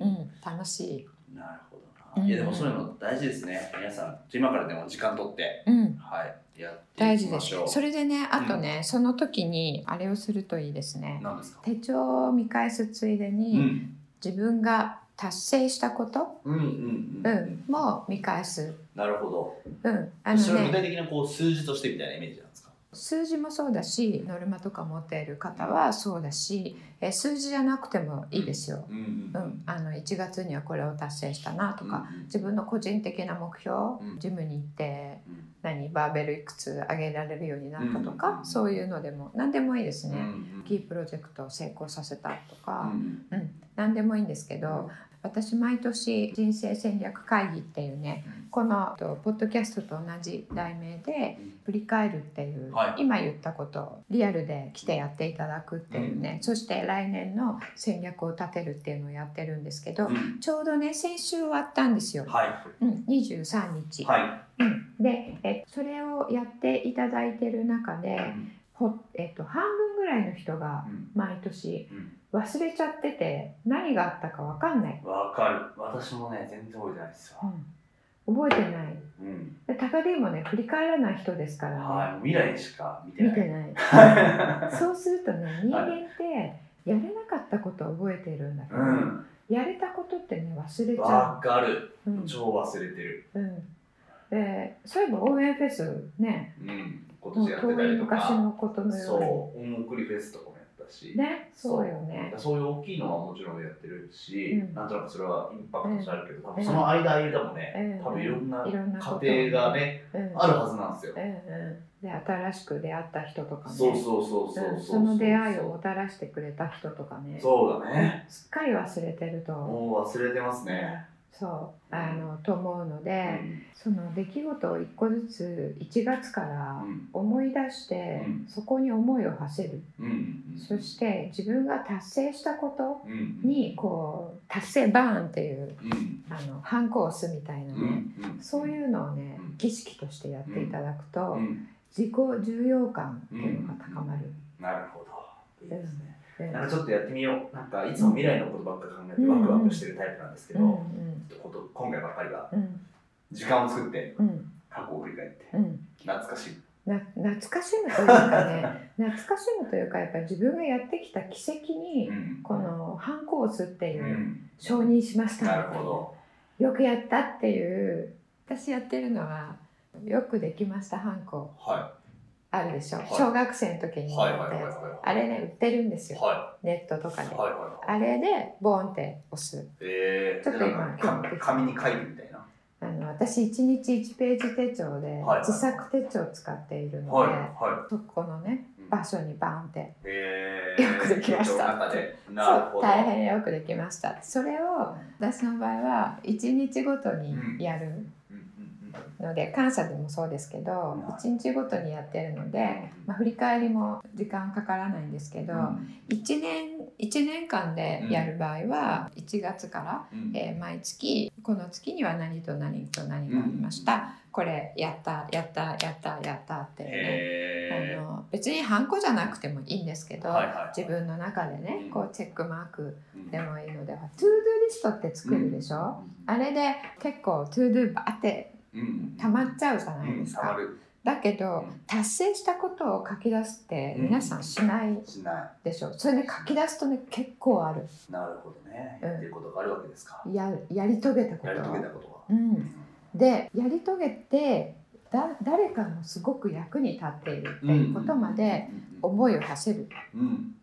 [SPEAKER 3] う
[SPEAKER 2] うんん楽しい、
[SPEAKER 3] なるほど
[SPEAKER 2] う
[SPEAKER 3] な。
[SPEAKER 2] ん
[SPEAKER 3] いやでもそういうの大事ですね。皆さん今からでも時間取って、
[SPEAKER 2] うん、
[SPEAKER 3] はい、やって
[SPEAKER 2] 大
[SPEAKER 3] い
[SPEAKER 2] 事
[SPEAKER 3] き
[SPEAKER 2] で
[SPEAKER 3] ますしょう。
[SPEAKER 2] それでねあとね、その時にあれをするといいですね
[SPEAKER 3] なんですか。
[SPEAKER 2] 手帳を見返すついで
[SPEAKER 3] う
[SPEAKER 2] に、
[SPEAKER 3] ん、
[SPEAKER 2] 自分が達成したこと、
[SPEAKER 3] うん、うん、うん
[SPEAKER 2] う
[SPEAKER 3] うんん。、
[SPEAKER 2] も見返す、
[SPEAKER 3] なるほ
[SPEAKER 2] うん、あ
[SPEAKER 3] ど。そ
[SPEAKER 2] の
[SPEAKER 3] れは具
[SPEAKER 2] ね
[SPEAKER 3] 体的なこう数字としてみたいなイメージなんですか。
[SPEAKER 2] 数字もそうだしノルマとか持っている方はそうだしえ数字じゃなくてもいいですよ、
[SPEAKER 3] うん、う、
[SPEAKER 2] うんん、あの1月にはこれを達成したなとか、
[SPEAKER 3] うんうん
[SPEAKER 2] 自分の個人的な目標、
[SPEAKER 3] うん
[SPEAKER 2] ジムに行って
[SPEAKER 3] うん
[SPEAKER 2] 何バーベルいくつ上げられるようになったとか、
[SPEAKER 3] うん
[SPEAKER 2] そういうのでも何でもいいです
[SPEAKER 3] うん、
[SPEAKER 2] ね、
[SPEAKER 3] うん
[SPEAKER 2] キープロジェクトを成功させたとか、
[SPEAKER 3] うん
[SPEAKER 2] 何でもいいんですけど、私毎年人生戦略会議っていうねこのとポッドキャストと同じ題名で
[SPEAKER 3] うん
[SPEAKER 2] 振り返るっていう、
[SPEAKER 3] はい
[SPEAKER 2] 今言ったことをリアルで来てやっていただくっていうね、そして来年の戦略を立てるっていうのをやってるんですけど、
[SPEAKER 3] うん
[SPEAKER 2] ちょうどね先週終わったんですよ、
[SPEAKER 3] はい、
[SPEAKER 2] うん、23日。
[SPEAKER 3] は
[SPEAKER 2] でえそれをやっていただいてる中で、
[SPEAKER 3] い。
[SPEAKER 2] ほえっと、半分ぐらいの人が
[SPEAKER 3] うん
[SPEAKER 2] 毎年
[SPEAKER 3] うん
[SPEAKER 2] 忘れちゃってて何があったかわかんない。
[SPEAKER 3] わかる。私もね全然覚えてないですよ。
[SPEAKER 2] うん、覚えてない
[SPEAKER 3] うん。
[SPEAKER 2] で高リもね振り返らない人ですからね、
[SPEAKER 3] はい、もう未来しか見て
[SPEAKER 2] 見
[SPEAKER 3] な
[SPEAKER 2] て
[SPEAKER 3] い。
[SPEAKER 2] ない
[SPEAKER 3] は
[SPEAKER 2] そうするとね人間っ
[SPEAKER 3] は
[SPEAKER 2] てやれなかったことを覚えてるんだけ
[SPEAKER 3] い。
[SPEAKER 2] ど、
[SPEAKER 3] う
[SPEAKER 2] やれたことってね忘れ
[SPEAKER 3] ん。
[SPEAKER 2] ちゃ
[SPEAKER 3] わかる。
[SPEAKER 2] う、うん
[SPEAKER 3] 超忘れてる。
[SPEAKER 2] うん、でそういえば応援フェスね
[SPEAKER 3] うん。今
[SPEAKER 2] もう
[SPEAKER 3] 年やってた
[SPEAKER 2] 遠い
[SPEAKER 3] りとか。
[SPEAKER 2] 昔のことの
[SPEAKER 3] そう、
[SPEAKER 2] よ
[SPEAKER 3] 大送りフェスとかもやった
[SPEAKER 2] う
[SPEAKER 3] し、
[SPEAKER 2] にねそうよね
[SPEAKER 3] そういう大きいのはもちろんやってるし、
[SPEAKER 2] うん
[SPEAKER 3] なんとなくそれはインパクトしてあるけど、多
[SPEAKER 2] うん
[SPEAKER 3] 分その間間もね、
[SPEAKER 2] うん
[SPEAKER 3] 多分いろんない
[SPEAKER 2] ろんなこと
[SPEAKER 3] 家庭がね、
[SPEAKER 2] うん
[SPEAKER 3] あるはずなんですよ。
[SPEAKER 2] うんうん、で新しく出会った人とかね
[SPEAKER 3] そうそうそうそう
[SPEAKER 2] うん
[SPEAKER 3] そう。
[SPEAKER 2] その出会いをもたらしてくれた人とかね
[SPEAKER 3] そうだね。
[SPEAKER 2] すっかり忘れてると
[SPEAKER 3] もう忘れてますね。
[SPEAKER 2] そうあのと思うので、
[SPEAKER 3] うん
[SPEAKER 2] その出来事を一個ずつ1月か
[SPEAKER 3] う
[SPEAKER 2] ら
[SPEAKER 3] ん
[SPEAKER 2] 思い出して、
[SPEAKER 3] うん
[SPEAKER 2] そこに思いを馳せる、
[SPEAKER 3] うん
[SPEAKER 2] そして自分が達成したこと
[SPEAKER 3] うんうん
[SPEAKER 2] にこう達成バーンっていう
[SPEAKER 3] うん
[SPEAKER 2] あのハンコを押すみたいな
[SPEAKER 3] う
[SPEAKER 2] ね、
[SPEAKER 3] んうん
[SPEAKER 2] そういうのをね
[SPEAKER 3] うん
[SPEAKER 2] 儀式としてやっていただくと、
[SPEAKER 3] うん
[SPEAKER 2] 自己重要感っていうのが高まる。
[SPEAKER 3] なるほど。いいですね。
[SPEAKER 2] うん
[SPEAKER 3] なんかちょっとやってみよう。なんかいつも未来のことばっか考えてワクワクしてるタイプなんですけ
[SPEAKER 2] うんう
[SPEAKER 3] ど、
[SPEAKER 2] ん
[SPEAKER 3] ちょっとこと今回ばっかりは
[SPEAKER 2] うん
[SPEAKER 3] 時間を作って
[SPEAKER 2] うん
[SPEAKER 3] 過去を振り返って
[SPEAKER 2] うん
[SPEAKER 3] 懐かしい。
[SPEAKER 2] な懐かしむというか ね懐かしむというかやっぱり自分がやってきた奇跡に
[SPEAKER 3] うん
[SPEAKER 2] このハンコを押すって
[SPEAKER 3] う
[SPEAKER 2] いう、
[SPEAKER 3] ん
[SPEAKER 2] 承認しました
[SPEAKER 3] なるほ
[SPEAKER 2] よくやったっていう私やってるのはよくできましたハンコ
[SPEAKER 3] ど。は
[SPEAKER 2] あるでしょ、
[SPEAKER 3] はい
[SPEAKER 2] 小学生の時
[SPEAKER 3] い。
[SPEAKER 2] に
[SPEAKER 3] はい
[SPEAKER 2] や
[SPEAKER 3] はい
[SPEAKER 2] っ
[SPEAKER 3] は
[SPEAKER 2] た
[SPEAKER 3] いは
[SPEAKER 2] や
[SPEAKER 3] い
[SPEAKER 2] つ。あれね売ってるんですよ、
[SPEAKER 3] は
[SPEAKER 2] ネットと
[SPEAKER 3] い。は
[SPEAKER 2] か
[SPEAKER 3] い
[SPEAKER 2] で、
[SPEAKER 3] はいはい。
[SPEAKER 2] あれでボーンって押す
[SPEAKER 3] ええ。
[SPEAKER 2] ちょっと今
[SPEAKER 3] なんか紙紙に書いてみたいな。
[SPEAKER 2] あの私1日1ページ手帳で
[SPEAKER 3] はい
[SPEAKER 2] 自作手帳を使っているので、
[SPEAKER 3] はいは
[SPEAKER 2] そこのね
[SPEAKER 3] い。
[SPEAKER 2] 場所にバーンって
[SPEAKER 3] ええ。
[SPEAKER 2] よくできました
[SPEAKER 3] 手帳の中で。
[SPEAKER 2] そう
[SPEAKER 3] なるほど。
[SPEAKER 2] 大変よくできましたそれを私の場合は1日ごとにやる、
[SPEAKER 3] うんうんうん
[SPEAKER 2] ので感謝でもそうですけど
[SPEAKER 3] は
[SPEAKER 2] 1日ごとにやってるので、まあ、振り返りも時間かからないんですけど、1年1年間でやる場合は1月から、
[SPEAKER 3] うん
[SPEAKER 2] えー毎月この月には何と何と何がありました、これやったやったやったやったっていうね、
[SPEAKER 3] へ
[SPEAKER 2] あの別にハンコじゃなくてもいいんですけど、
[SPEAKER 3] ーはいはい。
[SPEAKER 2] 自分の中でね
[SPEAKER 3] うん
[SPEAKER 2] こうチェックマーク
[SPEAKER 3] うん
[SPEAKER 2] でもいいのではトゥードゥーリストって作るでしょ、あれで結構トゥードゥーバーって
[SPEAKER 3] うんうん
[SPEAKER 2] 溜まっちゃうじゃ
[SPEAKER 3] う
[SPEAKER 2] ないで
[SPEAKER 3] ん
[SPEAKER 2] す
[SPEAKER 3] 溜ま
[SPEAKER 2] か、
[SPEAKER 3] る。
[SPEAKER 2] だけど
[SPEAKER 3] うん
[SPEAKER 2] 達成したことを書き出すって
[SPEAKER 3] うん
[SPEAKER 2] 皆さんしない
[SPEAKER 3] しな
[SPEAKER 2] でしょそれで書き出すとね結構ある
[SPEAKER 3] い。なるほどね。
[SPEAKER 2] うん
[SPEAKER 3] やってることがあるわけですか。
[SPEAKER 2] ややり遂げたこ
[SPEAKER 3] やり遂げた
[SPEAKER 2] と
[SPEAKER 3] ことは。
[SPEAKER 2] うん、でやり遂げてだ誰かのすごく役に立っているっていうことまで
[SPEAKER 3] うん
[SPEAKER 2] 思いを馳せる、
[SPEAKER 3] うん
[SPEAKER 2] うん、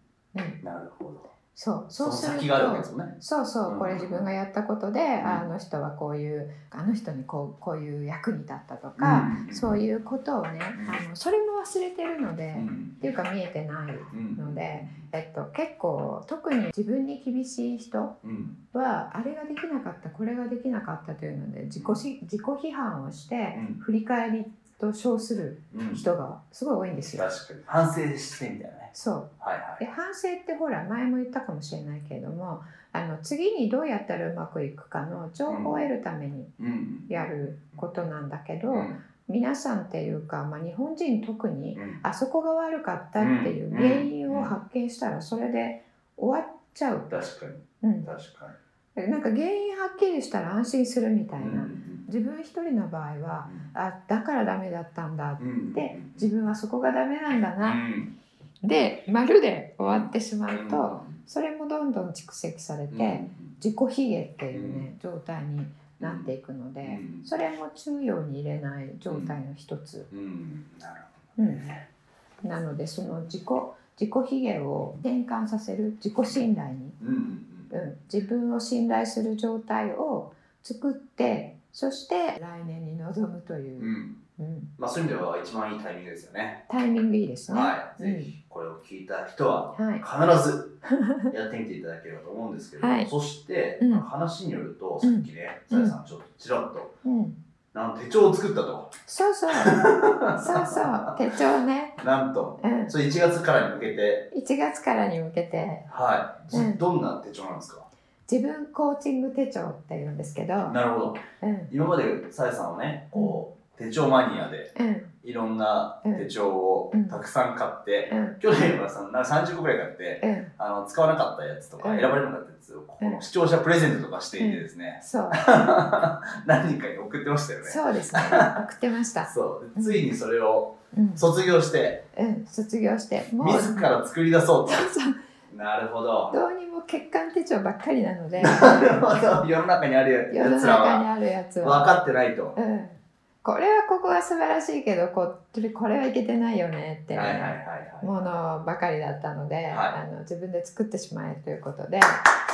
[SPEAKER 3] なるほど。
[SPEAKER 2] そうそ
[SPEAKER 3] そ
[SPEAKER 2] う
[SPEAKER 3] の
[SPEAKER 2] すると
[SPEAKER 3] 先があるわけですもんね。
[SPEAKER 2] そうそううんこれ自分がやったことで、
[SPEAKER 3] ん
[SPEAKER 2] あの人はこういうあの人にこうこういう役に立ったとか、そういうことをね、あのそれも忘れてるので、
[SPEAKER 3] うん、う
[SPEAKER 2] っ
[SPEAKER 3] ん
[SPEAKER 2] ていうか見えてない、
[SPEAKER 3] うん
[SPEAKER 2] ので、えっと、結構特に自分に厳しい人
[SPEAKER 3] うん
[SPEAKER 2] はあれができなかったこれができなかったというので自己し自己批判をして
[SPEAKER 3] うん
[SPEAKER 2] 振り返りと称する
[SPEAKER 3] うん、
[SPEAKER 2] 人がすごい多いんですよ。
[SPEAKER 3] 確かに反省してみたいなね。
[SPEAKER 2] そう
[SPEAKER 3] はいはい。
[SPEAKER 2] で反省ってほら前も言ったかもしれないけれどもあの次にどうやったらうまくいくかの情報を得るために
[SPEAKER 3] うん
[SPEAKER 2] やることなんだけど、
[SPEAKER 3] うん
[SPEAKER 2] 皆さんっていうか、まあ、日本人特に
[SPEAKER 3] うん
[SPEAKER 2] あそこが悪かったっていう原因を発見したらそれで終わっちゃう。
[SPEAKER 3] 確かに
[SPEAKER 2] うん、
[SPEAKER 3] 確か
[SPEAKER 2] なんか原因はっきりしたら安心するみたい
[SPEAKER 3] に。
[SPEAKER 2] な、
[SPEAKER 3] うん
[SPEAKER 2] 自分一人の場合はあだからダメだったんだ
[SPEAKER 3] うん
[SPEAKER 2] で自分はそこがダメなんだ
[SPEAKER 3] う
[SPEAKER 2] な、
[SPEAKER 3] ん
[SPEAKER 2] でまるで終わってしまうと、
[SPEAKER 3] うん
[SPEAKER 2] それもどんどん蓄積されて、
[SPEAKER 3] うん
[SPEAKER 2] 自己卑下っていうね状態になっていくので、
[SPEAKER 3] うん
[SPEAKER 2] それも中央に入れない状態の一つ、
[SPEAKER 3] うんなる
[SPEAKER 2] うんなのでその自己自己卑下を転換させる自己信頼に、
[SPEAKER 3] ほど。うん
[SPEAKER 2] うん、自分を信頼する状態を作ってそして来年に臨むというう、
[SPEAKER 3] ん
[SPEAKER 2] う
[SPEAKER 3] うん。
[SPEAKER 2] ん、
[SPEAKER 3] まあそういう意味では一番いいタイミングですよね。
[SPEAKER 2] タイミングいいですね。
[SPEAKER 3] はい。
[SPEAKER 2] うん
[SPEAKER 3] ぜひこれを聞いた人は
[SPEAKER 2] はい
[SPEAKER 3] 必ずやってみていただければと思うんですけど、
[SPEAKER 2] はい
[SPEAKER 3] そして、
[SPEAKER 2] うん
[SPEAKER 3] 話によるとさっきね、
[SPEAKER 2] うん
[SPEAKER 3] さやさんちょっとちらっと
[SPEAKER 2] うん、
[SPEAKER 3] なん手帳を作ったと。
[SPEAKER 2] そう そうそうそう手帳ね、
[SPEAKER 3] なんと、
[SPEAKER 2] うん、
[SPEAKER 3] それ1月からに向けて、
[SPEAKER 2] 1月からに向けて
[SPEAKER 3] はい、ず
[SPEAKER 2] うん
[SPEAKER 3] どんな手帳なんですか、
[SPEAKER 2] 自分コーチング手帳って言うんですけど、
[SPEAKER 3] なるほど。
[SPEAKER 2] うん
[SPEAKER 3] 今までさやさんはね、こう、手帳マニアで、
[SPEAKER 2] うん
[SPEAKER 3] いろんな手帳を
[SPEAKER 2] うん
[SPEAKER 3] たくさん買って、
[SPEAKER 2] うん
[SPEAKER 3] 去年はさな30個くらい買って、
[SPEAKER 2] うん、
[SPEAKER 3] あの使わなかったやつとか、
[SPEAKER 2] うん
[SPEAKER 3] 選ばれなかったやつを、こう
[SPEAKER 2] うん
[SPEAKER 3] 視聴者プレゼントとかしていてですね、
[SPEAKER 2] そう
[SPEAKER 3] 何人かに送ってましたよね。
[SPEAKER 2] そうですね送ってました、
[SPEAKER 3] そう
[SPEAKER 2] うん
[SPEAKER 3] ついにそれを
[SPEAKER 2] うん
[SPEAKER 3] 卒業して、
[SPEAKER 2] うん、卒業してもう
[SPEAKER 3] 自ら作り出そう
[SPEAKER 2] そうそう
[SPEAKER 3] と。なるほど。
[SPEAKER 2] どうにも欠陥手帳ばっかりなの で
[SPEAKER 3] なるほど世の中にある
[SPEAKER 2] 世
[SPEAKER 3] や
[SPEAKER 2] の
[SPEAKER 3] やつら
[SPEAKER 2] 中
[SPEAKER 3] は
[SPEAKER 2] にあるやつ
[SPEAKER 3] 分
[SPEAKER 2] は、
[SPEAKER 3] かってないと。
[SPEAKER 2] うん、これはここは素晴らしいけどここれはいけてないよねって、
[SPEAKER 3] はいはいはいはい。
[SPEAKER 2] ものばかりだったので、
[SPEAKER 3] は
[SPEAKER 2] あの自分で作ってしまえということで、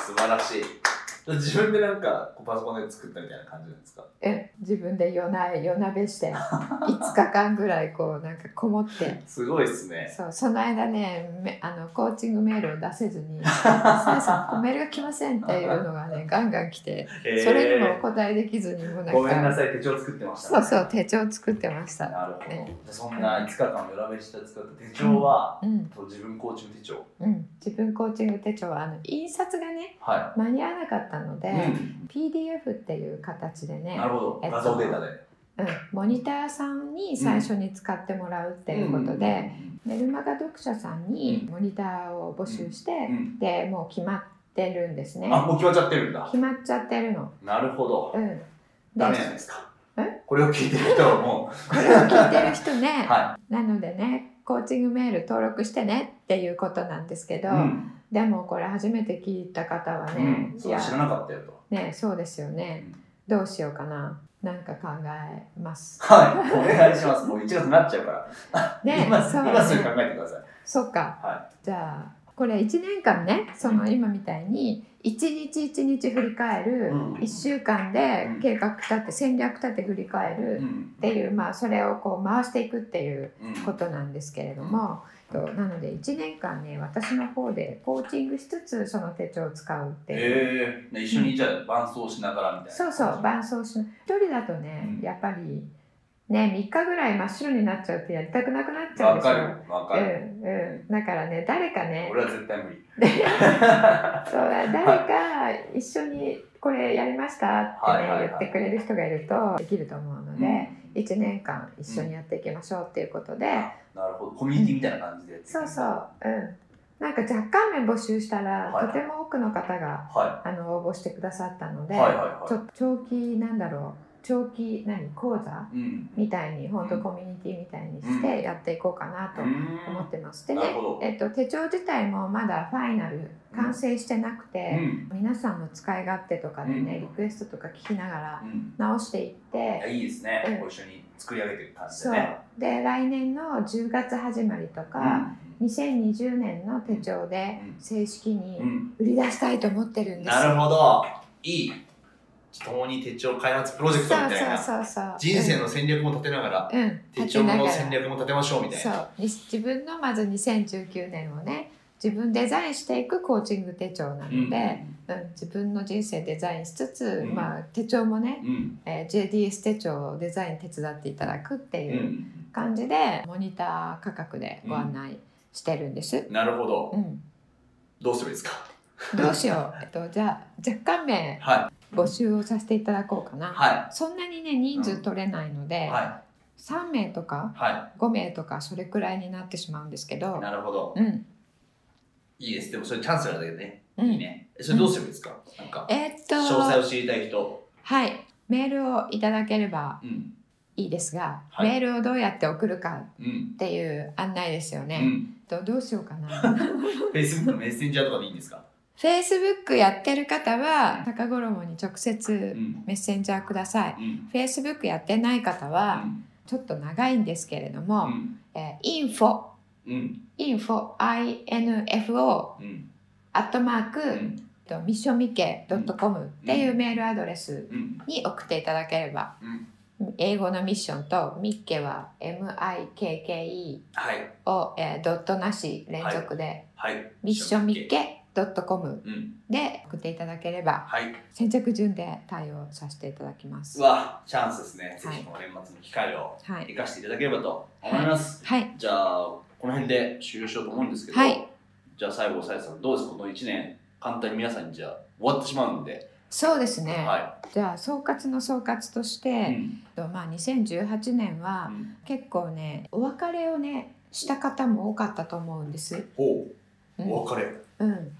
[SPEAKER 3] 素晴らしい。自分でなんかこうパソコンで作ったみたいな感じなんですか。
[SPEAKER 2] うん自分で夜な夜なべして 5日間ぐらいこうなんかこもって
[SPEAKER 3] すごいですね。
[SPEAKER 2] そうその間ねめあのコーチングメールを出せずに「さやさんここメールが来ません」っていうのがねガンガン来てそれにもお答えできずにもうな
[SPEAKER 3] えー
[SPEAKER 2] んか
[SPEAKER 3] ごめんなさい手帳作ってまし
[SPEAKER 2] そ
[SPEAKER 3] た、
[SPEAKER 2] うそう手帳作ってました。
[SPEAKER 3] なるほど。じゃ
[SPEAKER 2] ね
[SPEAKER 3] あそんな5日間裏目して使った手帳は、
[SPEAKER 2] うん
[SPEAKER 3] と自分コーチの手帳。
[SPEAKER 2] うん、自分コーチング手帳はあの印刷がね
[SPEAKER 3] は
[SPEAKER 2] 間に合わなかったので、
[SPEAKER 3] い。うん。
[SPEAKER 2] PDF っていう形でね
[SPEAKER 3] な、るほど。
[SPEAKER 2] えっと
[SPEAKER 3] 画像データで。
[SPEAKER 2] うん、モニターさんに最初に使ってもらうっていうことで、メルマガ読者さんに
[SPEAKER 3] う
[SPEAKER 2] モニターを募集して、
[SPEAKER 3] うん。うん。
[SPEAKER 2] でもう決まってるんですね
[SPEAKER 3] あもう決まっちゃってるんだ。
[SPEAKER 2] 決まっちゃってるの。
[SPEAKER 3] なるほど。
[SPEAKER 2] うん、で
[SPEAKER 3] ダメじゃないですか
[SPEAKER 2] え。
[SPEAKER 3] これを聞いてる人はもう。
[SPEAKER 2] これを聞いてる人ね、
[SPEAKER 3] は
[SPEAKER 2] なのでねコーチングメール登録してねっていうことなんですけ
[SPEAKER 3] い。
[SPEAKER 2] ど、
[SPEAKER 3] うん。
[SPEAKER 2] でもこれ初めて聞いた方はね、
[SPEAKER 3] うん。
[SPEAKER 2] い
[SPEAKER 3] そう
[SPEAKER 2] や
[SPEAKER 3] 知らなかったよと。
[SPEAKER 2] ねそうですよ
[SPEAKER 3] う
[SPEAKER 2] ね
[SPEAKER 3] ん
[SPEAKER 2] どうしようかななんか考えます。
[SPEAKER 3] はい、お願いします。もう1月になっちゃうから。
[SPEAKER 2] ね
[SPEAKER 3] 今
[SPEAKER 2] そう
[SPEAKER 3] 今すぐ考えてください。
[SPEAKER 2] そっか、
[SPEAKER 3] は
[SPEAKER 2] じゃあこれ1年間ねその今みたいに一日一日振り返る、
[SPEAKER 3] うん
[SPEAKER 2] 1週間で
[SPEAKER 3] うん
[SPEAKER 2] 計画立て戦略立て振り返る
[SPEAKER 3] う
[SPEAKER 2] っ
[SPEAKER 3] ん
[SPEAKER 2] ていう、まあ、それをこう回していくっていう
[SPEAKER 3] うん
[SPEAKER 2] ことなんですけれども、となので1年間ね私の方でコーチングしつつその手帳を使うっていう。
[SPEAKER 3] ええ一緒にじゃあ伴奏しながらみたい
[SPEAKER 2] そう
[SPEAKER 3] な。
[SPEAKER 2] そう伴走し一人だとね、
[SPEAKER 3] うん
[SPEAKER 2] やっぱりね3日ぐらい真っ白になっちゃうってやりたくなくなっちゃう
[SPEAKER 3] わ
[SPEAKER 2] でしょ
[SPEAKER 3] かる、わかる。
[SPEAKER 2] うんうん、だからね誰かね
[SPEAKER 3] 俺は絶対無理。
[SPEAKER 2] そう誰か一緒にこれやりましたって
[SPEAKER 3] はいはいはい
[SPEAKER 2] ね言ってくれる人がいるとできると思うの
[SPEAKER 3] うん
[SPEAKER 2] で1年間一緒にやっていきましょうっていうことで
[SPEAKER 3] なるほど、コミュニティみたいな感じで。
[SPEAKER 2] そうそう。うんなんか若干面募集したら
[SPEAKER 3] はい
[SPEAKER 2] とても多くの方が
[SPEAKER 3] は
[SPEAKER 2] あの応募してくださったの
[SPEAKER 3] い。
[SPEAKER 2] で
[SPEAKER 3] はいはい
[SPEAKER 2] ちょ
[SPEAKER 3] は
[SPEAKER 2] っと長期なんだろう長期何講座
[SPEAKER 3] い。うん。
[SPEAKER 2] みたいに本当コミュニティみたいにしてやっていこうかなと思ってます。で
[SPEAKER 3] なる
[SPEAKER 2] ね
[SPEAKER 3] ほど。
[SPEAKER 2] えっと、手帳自体もまだファイナル完成してなく
[SPEAKER 3] う
[SPEAKER 2] て、
[SPEAKER 3] ん。
[SPEAKER 2] 皆さんの使い勝手とかでね、
[SPEAKER 3] うん
[SPEAKER 2] リクエストとか聞きながら
[SPEAKER 3] うん。
[SPEAKER 2] 直していっ
[SPEAKER 3] いや
[SPEAKER 2] て、
[SPEAKER 3] いいですね
[SPEAKER 2] うん。
[SPEAKER 3] ご一緒に作り上げていく感じ
[SPEAKER 2] そ
[SPEAKER 3] で
[SPEAKER 2] う
[SPEAKER 3] ね。
[SPEAKER 2] で来年の10月始まりとか、2020年の手帳で
[SPEAKER 3] うん
[SPEAKER 2] 正式
[SPEAKER 3] うんう
[SPEAKER 2] に
[SPEAKER 3] ん
[SPEAKER 2] 売り出したいと思ってるんですよ
[SPEAKER 3] なるほど。いい。共に手帳開発プロジェクトみたいな。
[SPEAKER 2] そうそうそうそう
[SPEAKER 3] 人生の戦略も立てながら、
[SPEAKER 2] うん、うん、
[SPEAKER 3] 手帳
[SPEAKER 2] 立てなが
[SPEAKER 3] の
[SPEAKER 2] ら
[SPEAKER 3] 戦略も立てましょうみたい
[SPEAKER 2] そ
[SPEAKER 3] な。
[SPEAKER 2] うに自分のまず2019年をね自分デザインしていくコーチング手帳なので、
[SPEAKER 3] うん
[SPEAKER 2] うん、自分の人生デザインしつつ、
[SPEAKER 3] うん
[SPEAKER 2] まあ、手帳もね、
[SPEAKER 3] うん
[SPEAKER 2] えー JDS 手帳をデザイン手伝っていただくって
[SPEAKER 3] う
[SPEAKER 2] いうん感じで、モニター価格でご案内してるんです。
[SPEAKER 3] なるほど
[SPEAKER 2] う。ん
[SPEAKER 3] どうすればいいですか。
[SPEAKER 2] どうしよう、えっと、じゃあ若干名
[SPEAKER 3] は
[SPEAKER 2] 募集をさせていただこうか
[SPEAKER 3] い。
[SPEAKER 2] な、
[SPEAKER 3] は
[SPEAKER 2] そんなにね人数取れないので、
[SPEAKER 3] い。は
[SPEAKER 2] 3名と
[SPEAKER 3] い。
[SPEAKER 2] か
[SPEAKER 3] は
[SPEAKER 2] 5名とかそれくらいになってしまうんですけ
[SPEAKER 3] い。
[SPEAKER 2] ど、
[SPEAKER 3] なるほど。
[SPEAKER 2] うん
[SPEAKER 3] いいです。でもそれチャンスなんだけどね。
[SPEAKER 2] うん
[SPEAKER 3] いいね。それどうすればいいですか。なんか
[SPEAKER 2] えーっと
[SPEAKER 3] 詳細を知りたい人。
[SPEAKER 2] はいメールをいただければ
[SPEAKER 3] うん。
[SPEAKER 2] いいですが、
[SPEAKER 3] はい
[SPEAKER 2] メールをどうやって送るか
[SPEAKER 3] うん。
[SPEAKER 2] っていう案内ですよ
[SPEAKER 3] う
[SPEAKER 2] ね、
[SPEAKER 3] ん。
[SPEAKER 2] とどうしようかな
[SPEAKER 3] フェイスブックのメッセンジャーとかでいいんですか。
[SPEAKER 2] Facebook やってる方は高衣に直接
[SPEAKER 3] ん。
[SPEAKER 2] メッセンジャーください
[SPEAKER 3] うん。
[SPEAKER 2] Facebook やってない方
[SPEAKER 3] う
[SPEAKER 2] は
[SPEAKER 3] ん。
[SPEAKER 2] ちょっと長いんですけれど
[SPEAKER 3] う
[SPEAKER 2] も、
[SPEAKER 3] ん。
[SPEAKER 2] えー、info
[SPEAKER 3] うん。
[SPEAKER 2] info info
[SPEAKER 3] うん。
[SPEAKER 2] アットマーク、
[SPEAKER 3] うん。
[SPEAKER 2] とミッションミケ .com っていうメールアドレス
[SPEAKER 3] うん。
[SPEAKER 2] に送っていただければ、英語のミッションとミッケは MIKKE
[SPEAKER 3] はい。
[SPEAKER 2] を、えードットなし連続で、
[SPEAKER 3] はい。
[SPEAKER 2] ミッションミッケ .com
[SPEAKER 3] うん。
[SPEAKER 2] で送っていただければ
[SPEAKER 3] はい。
[SPEAKER 2] 先着順で対応させていただきます。
[SPEAKER 3] う
[SPEAKER 2] は
[SPEAKER 3] わ、チャンスですね。ぜ
[SPEAKER 2] はい
[SPEAKER 3] ひこの年末の機会を生
[SPEAKER 2] い、
[SPEAKER 3] かしていただければと思います。
[SPEAKER 2] はい、
[SPEAKER 3] じゃあ、この辺で終了しようと思うんですけど、
[SPEAKER 2] はい
[SPEAKER 3] じゃあ最後、さやさん、どうですかこの1年、簡単に皆さんにじゃあ終わってしまうので、
[SPEAKER 2] そうですね、
[SPEAKER 3] は
[SPEAKER 2] じゃあ総括の総括とし
[SPEAKER 3] い。う
[SPEAKER 2] て、
[SPEAKER 3] ん
[SPEAKER 2] とまあ、2018年は
[SPEAKER 3] うん
[SPEAKER 2] 結構ねお別れをねした方も多かったと思うんです。
[SPEAKER 3] ほう、
[SPEAKER 2] うん
[SPEAKER 3] お別れ。
[SPEAKER 2] うん、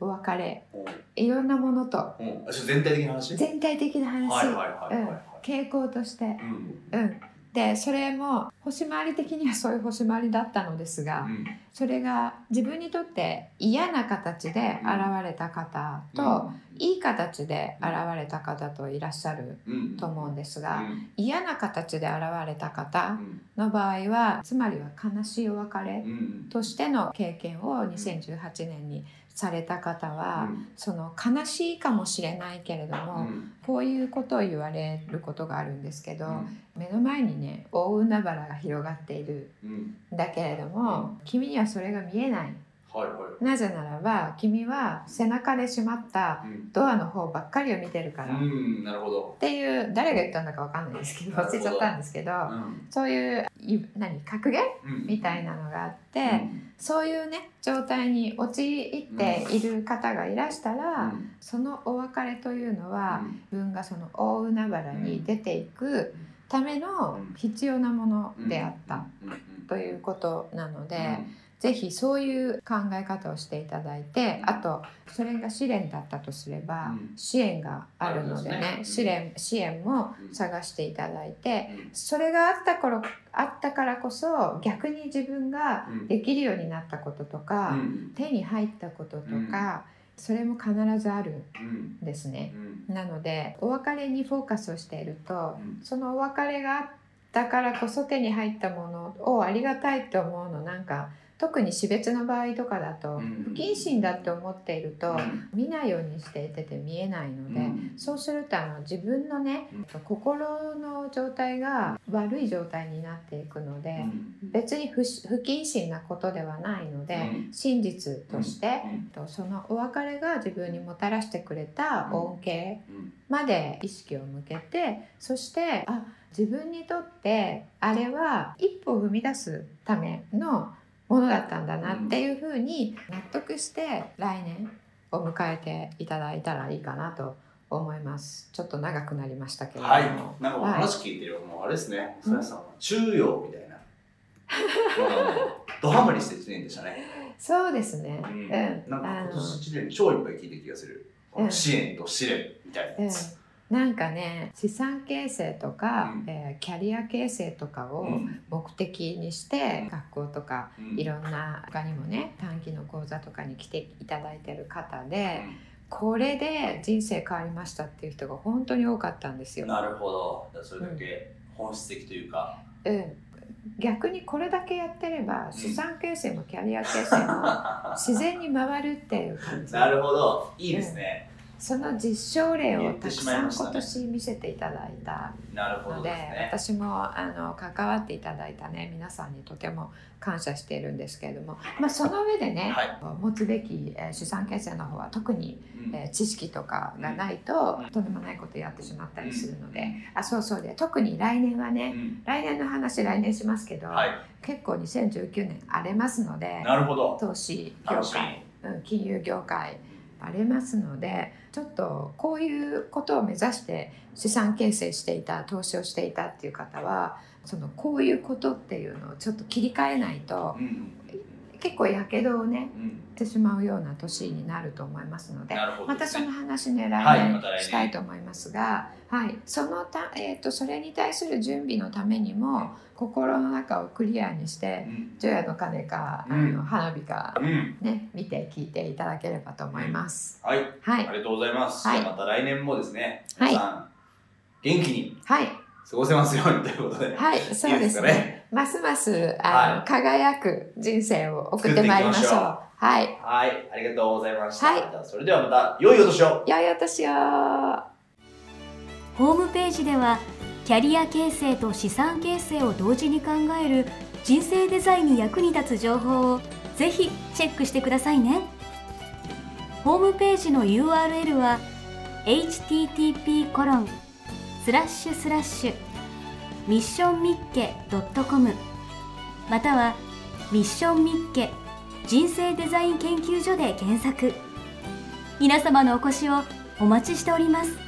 [SPEAKER 2] お別れ
[SPEAKER 3] ほ
[SPEAKER 2] いろんなものと
[SPEAKER 3] ううんあそれ全体的な話
[SPEAKER 2] 全体的な話、
[SPEAKER 3] はいはいはいはいは
[SPEAKER 2] 傾向として
[SPEAKER 3] い。、うん。
[SPEAKER 2] うん、でそれも星回り的にはそういう星回りだったのですが、
[SPEAKER 3] うん
[SPEAKER 2] それが自分にとって嫌な形で現れた方と、いい形で現れた方といらっしゃる
[SPEAKER 3] うん、
[SPEAKER 2] と思うんですが、
[SPEAKER 3] うん
[SPEAKER 2] 嫌な形で現れた
[SPEAKER 3] う
[SPEAKER 2] 方
[SPEAKER 3] ん
[SPEAKER 2] の場合はつまりは悲しいお別れ
[SPEAKER 3] うん
[SPEAKER 2] としての経験を2018年にされた方は、その悲しいかもしれないけれど
[SPEAKER 3] うんう
[SPEAKER 2] も、
[SPEAKER 3] ん
[SPEAKER 2] こういうことを言われることがあるんですけど、
[SPEAKER 3] うん
[SPEAKER 2] 目の前にね大海原が広がっている
[SPEAKER 3] うん
[SPEAKER 2] んだけれども、君にはそれが見えない
[SPEAKER 3] はいは
[SPEAKER 2] なぜならば君は背中で閉まった
[SPEAKER 3] い。うん
[SPEAKER 2] ドアの方ばっかりを見てるから、
[SPEAKER 3] う
[SPEAKER 2] っ
[SPEAKER 3] ん、なるほど。
[SPEAKER 2] ていう誰が言ったのかわかんない ですけど
[SPEAKER 3] なる
[SPEAKER 2] 忘れ
[SPEAKER 3] ほど
[SPEAKER 2] ちゃったんですけど、
[SPEAKER 3] うん
[SPEAKER 2] そういうい何格言
[SPEAKER 3] うん
[SPEAKER 2] みたいなのがあって、
[SPEAKER 3] うん
[SPEAKER 2] そういうね状態に陥っている方がいらしたら、
[SPEAKER 3] うん
[SPEAKER 2] そのお別れというのは、
[SPEAKER 3] うん
[SPEAKER 2] 自分がその大海原に出ていくための必要なものであった。
[SPEAKER 3] うんうん
[SPEAKER 2] ということなので、
[SPEAKER 3] うん
[SPEAKER 2] ぜひそういう考え方をしていただいて、
[SPEAKER 3] うん
[SPEAKER 2] あとそれが試練だったとすれば、
[SPEAKER 3] うん
[SPEAKER 2] 支援があるので
[SPEAKER 3] あるん
[SPEAKER 2] ね
[SPEAKER 3] です
[SPEAKER 2] 試練支援も
[SPEAKER 3] うん
[SPEAKER 2] 探していただいて、
[SPEAKER 3] うん
[SPEAKER 2] それがあった頃あったからこそ逆に自分ができるようになったこととか、
[SPEAKER 3] うん
[SPEAKER 2] 手に入ったこととか、それも必ずあるん
[SPEAKER 3] うん
[SPEAKER 2] ですね。
[SPEAKER 3] うん
[SPEAKER 2] なのでお別れにフォーカスをしていると
[SPEAKER 3] うん
[SPEAKER 2] そのお別れがあったからこそ手に入ったものをありがたいと思うのなんか特に死別の場合とかだと
[SPEAKER 3] うん
[SPEAKER 2] 不謹慎だって思っていると
[SPEAKER 3] うん
[SPEAKER 2] 見ないようにしていてて見えないの
[SPEAKER 3] う
[SPEAKER 2] で。
[SPEAKER 3] ん
[SPEAKER 2] そうするとあの自分のね心の状態が悪い状態になっていくので
[SPEAKER 3] うん
[SPEAKER 2] 別に不し不謹慎なことではないので
[SPEAKER 3] うん
[SPEAKER 2] 真実として
[SPEAKER 3] うん
[SPEAKER 2] とそのお別れが自分にもたらしてくれた恩恵まで意識を向けてそしてあ自分にとってあれは一歩を踏み出すためのものだったんだなっていうふうに納得して来年を迎えていただいたらいいかなと思いますちょっと長くなりましたけれども、
[SPEAKER 3] はい、なんかもう話聞いてるよ、もうあれですね、さやさんは中庸みたいな、もうドハマりして一年でしたね。
[SPEAKER 2] そうですね、
[SPEAKER 3] う
[SPEAKER 2] うんん
[SPEAKER 3] なん
[SPEAKER 2] あ
[SPEAKER 3] か今
[SPEAKER 2] の
[SPEAKER 3] 年一年超いっぱい聞いた気がする。この支援と試練みたいな
[SPEAKER 2] うん
[SPEAKER 3] やつ。
[SPEAKER 2] なんかね資産形成とか、
[SPEAKER 3] うん
[SPEAKER 2] えーキャリア形成とか
[SPEAKER 3] う
[SPEAKER 2] を
[SPEAKER 3] ん
[SPEAKER 2] 目的にして、学校とか
[SPEAKER 3] うん
[SPEAKER 2] いろんな他にもね短期の講座とかに来ていただいてる方でこれで人生変わりましたっていう人が本当に多かったんですよ。
[SPEAKER 3] なるほど、それだけ本質的というか
[SPEAKER 2] うん、逆にこれだけやってれば資産形成もキャリア形成 も自然に回るっていう感じ
[SPEAKER 3] なるほどいいですね、
[SPEAKER 2] その実証例をたくさ
[SPEAKER 3] 言
[SPEAKER 2] ん
[SPEAKER 3] ってしま
[SPEAKER 2] 今
[SPEAKER 3] いま
[SPEAKER 2] 年見せていただいた
[SPEAKER 3] なるほ
[SPEAKER 2] の
[SPEAKER 3] ど
[SPEAKER 2] で、
[SPEAKER 3] ですね
[SPEAKER 2] 私もあの関わっていただいたね皆さんにとても感謝しているんですけれども、まあ、その上でね、
[SPEAKER 3] はい、
[SPEAKER 2] 持つべきえー資産形成の方は特に
[SPEAKER 3] うん
[SPEAKER 2] えー知識とかがないと、
[SPEAKER 3] うん
[SPEAKER 2] とんでもないことやってしまったりするので、あそうそうで特に来年は
[SPEAKER 3] う
[SPEAKER 2] ね
[SPEAKER 3] ん
[SPEAKER 2] 来年の話来年しますけど、
[SPEAKER 3] はい
[SPEAKER 2] 結構2019年荒れますので
[SPEAKER 3] なるほど
[SPEAKER 2] 投資業
[SPEAKER 3] 楽しみ
[SPEAKER 2] 界、うん、金融業界荒れますのでちょっとこういうことを目指して資産形成していた投資をしていたっていう方はそのこういうことっていうのをちょっと切り替えないと
[SPEAKER 3] うん
[SPEAKER 2] 結構やけどをね
[SPEAKER 3] うんうん
[SPEAKER 2] してしまうような年になると思いますので
[SPEAKER 3] なるほど
[SPEAKER 2] ま
[SPEAKER 3] で
[SPEAKER 2] た
[SPEAKER 3] す
[SPEAKER 2] そ
[SPEAKER 3] ね
[SPEAKER 2] の話ね
[SPEAKER 3] はい
[SPEAKER 2] 来
[SPEAKER 3] また来
[SPEAKER 2] 年
[SPEAKER 3] 年
[SPEAKER 2] したいと思いますが、はい、そのたえっ、とそれに対する準備のためにも心の中をクリアにして
[SPEAKER 3] うん
[SPEAKER 2] 除夜の鐘か、あ
[SPEAKER 3] うん
[SPEAKER 2] の花火か
[SPEAKER 3] うん
[SPEAKER 2] ね見て聞いていただければと思います。
[SPEAKER 3] はい
[SPEAKER 2] はい、
[SPEAKER 3] ありがとうございます、
[SPEAKER 2] はい
[SPEAKER 3] じゃあまた来年もですね
[SPEAKER 2] はい
[SPEAKER 3] 皆さん元気に
[SPEAKER 2] はい、
[SPEAKER 3] 過ごせますようにということで
[SPEAKER 2] はい、そう
[SPEAKER 3] いい
[SPEAKER 2] で
[SPEAKER 3] です
[SPEAKER 2] す
[SPEAKER 3] か
[SPEAKER 2] ね。
[SPEAKER 3] ね
[SPEAKER 2] ますますあの、
[SPEAKER 3] はい
[SPEAKER 2] 輝く人生を送ってまいりましょう。
[SPEAKER 3] 作っていきましょう
[SPEAKER 2] はい、
[SPEAKER 3] はいありがとうございました、
[SPEAKER 2] はい
[SPEAKER 3] じゃあそれではまた良いお年を
[SPEAKER 2] 良いお年を。
[SPEAKER 1] ホームページではキャリア形成と資産形成を同時に考える人生デザインに役に立つ情報をぜひチェックしてくださいねホームページの URL は http コロンスラッシュスラッシュミッションミッケ .com またはミッションミッケ人生デザイン研究所で検索皆様のお越しをお待ちしております